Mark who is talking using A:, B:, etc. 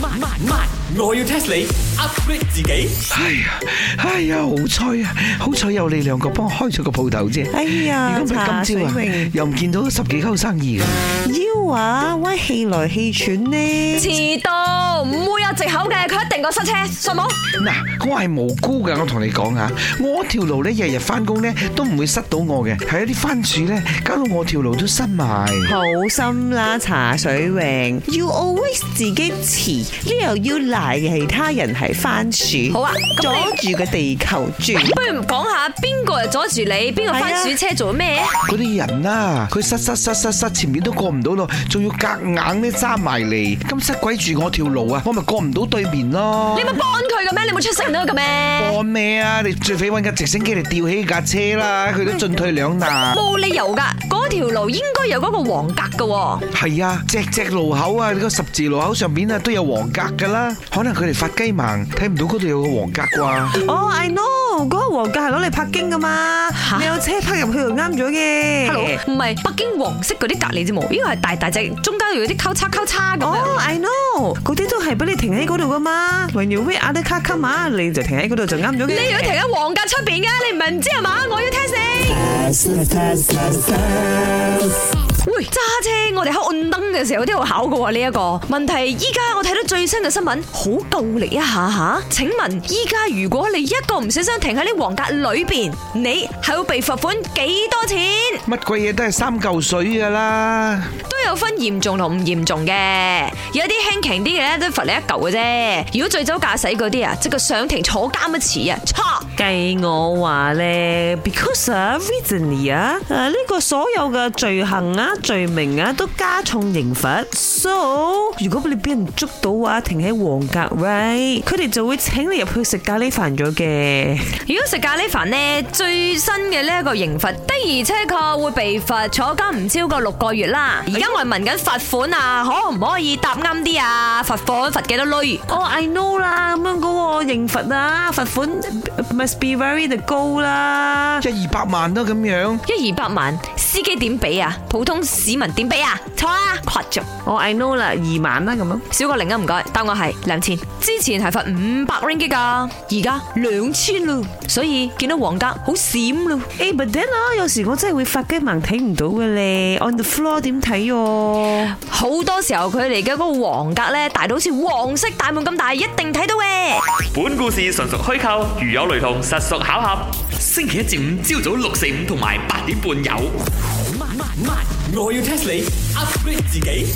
A: 慢慢，我要 test 你 upgrade 自己。
B: 哎呀，哎呀，好彩啊！好彩有你兩個幫我開咗個鋪頭啫。
C: 哎呀
B: 如果唔係今朝
C: 茶
B: 啊
C: 水榮，
B: 又唔見到十幾溝生意嘅。
C: 腰啊，喂，氣來氣喘呢。
D: 遲到唔會有藉口嘅，佢一定個塞車，信冇？
B: 嗱，我係無辜㗎，我同你講啊，我條路咧日日翻工咧都唔會塞到我嘅，係一啲番薯咧搞到我條路都塞埋。
C: 好心啦，茶水榮，You always 自己遲，你又要賴其他人係番薯，
D: 好啊
C: 阻
D: 咁你
C: 住個地球轉。
D: 不如唔講下邊個又阻住你，邊個番薯車做咩？
B: 嗰啲人啊，佢塞塞塞塞塞，前面都過唔到咯，仲要夾硬咧揸埋嚟，咁塞鬼住我條路啊，我咪過唔到對面咯
D: 你。咪幫佢嘅咩？你冇出聲到嘅咩？
B: 我咩啊？你最匪揾架直升機嚟吊起架車啦，佢都進退兩難。
D: 冇理由㗎，嗰條路應該有嗰個黃格嘅喎。
B: 係啊，隻隻路口啊，你個十字路口上邊啊都有黃格噶啦，可能佢哋發雞盲睇唔到嗰度有個黃格啩。
C: 哦，I know，嗰個黃格係攞嚟泊京噶嘛，你有車泊入去就啱咗嘅。
D: Hello，唔係北京黃色嗰啲隔離啫喎，呢個係大大隻，中間又有啲交叉交叉咁樣。
C: 哦，I know，嗰啲都係俾你停喺嗰度噶嘛。When you wait other car come 啊，你就停喺嗰度就啱咗嘅。
D: 你要停喺黃格出邊㗎，你唔係唔知係嘛？我要 test 你。喂，揸車我哋喺按燈嘅時候都有考過喎呢一個問題。依家我睇到最新嘅新聞，好夠力一下下。請問依家如果你一個唔小心停喺呢黃格裏邊，你係會被罰款幾多錢？
B: 乜鬼嘢都係三嚿水噶啦，
D: 都有分嚴重同唔嚴重嘅，有啲輕輕啲嘅咧都罰你一嚿嘅啫。如果醉酒駕駛嗰啲啊，即係個上庭坐監一次啊，錯。
C: 計我話咧，because 啊，recently 啊，誒呢個所有嘅罪行啊、罪名啊都加重刑罰。So 如果你俾人捉到啊，停喺黃格 right，佢哋就會請你入去食咖喱飯咗嘅。
D: 如果食咖喱飯呢，最新嘅呢一個刑罰的而且確會被罰坐監唔超過六個月啦。而家我係問緊罰款啊，可唔可以答啱啲啊？罰款罰幾多鐳？
C: 哦、i know 啦，咁樣嗰個刑罰啊，罰款 must be very 高啦。
B: 一二百萬都咁樣。
D: 一二百萬，司機點俾啊？普通市民點俾啊？錯啊，誇張，
C: 我、I 哦 know 啦，二萬啦咁樣。
D: 少個零啊，唔該。答案係兩千，之前係罰五百 ringgit 噶，而家兩千咯。所以見到黃格好閃咯。
C: 誒，but then 啊，有時我真係會發雞盲睇唔到嘅咧，on the floor 點睇啊喎？
D: 好多時候佢哋嘅嗰個黃格呢，大到好似黃色大門咁大，一定睇到嘅。
E: 本故事純屬虛構，如有雷同，實屬巧合。
A: 星期一至五朝早六四五同埋八點半有。慢慢，我要 test 你 upgrade 自己。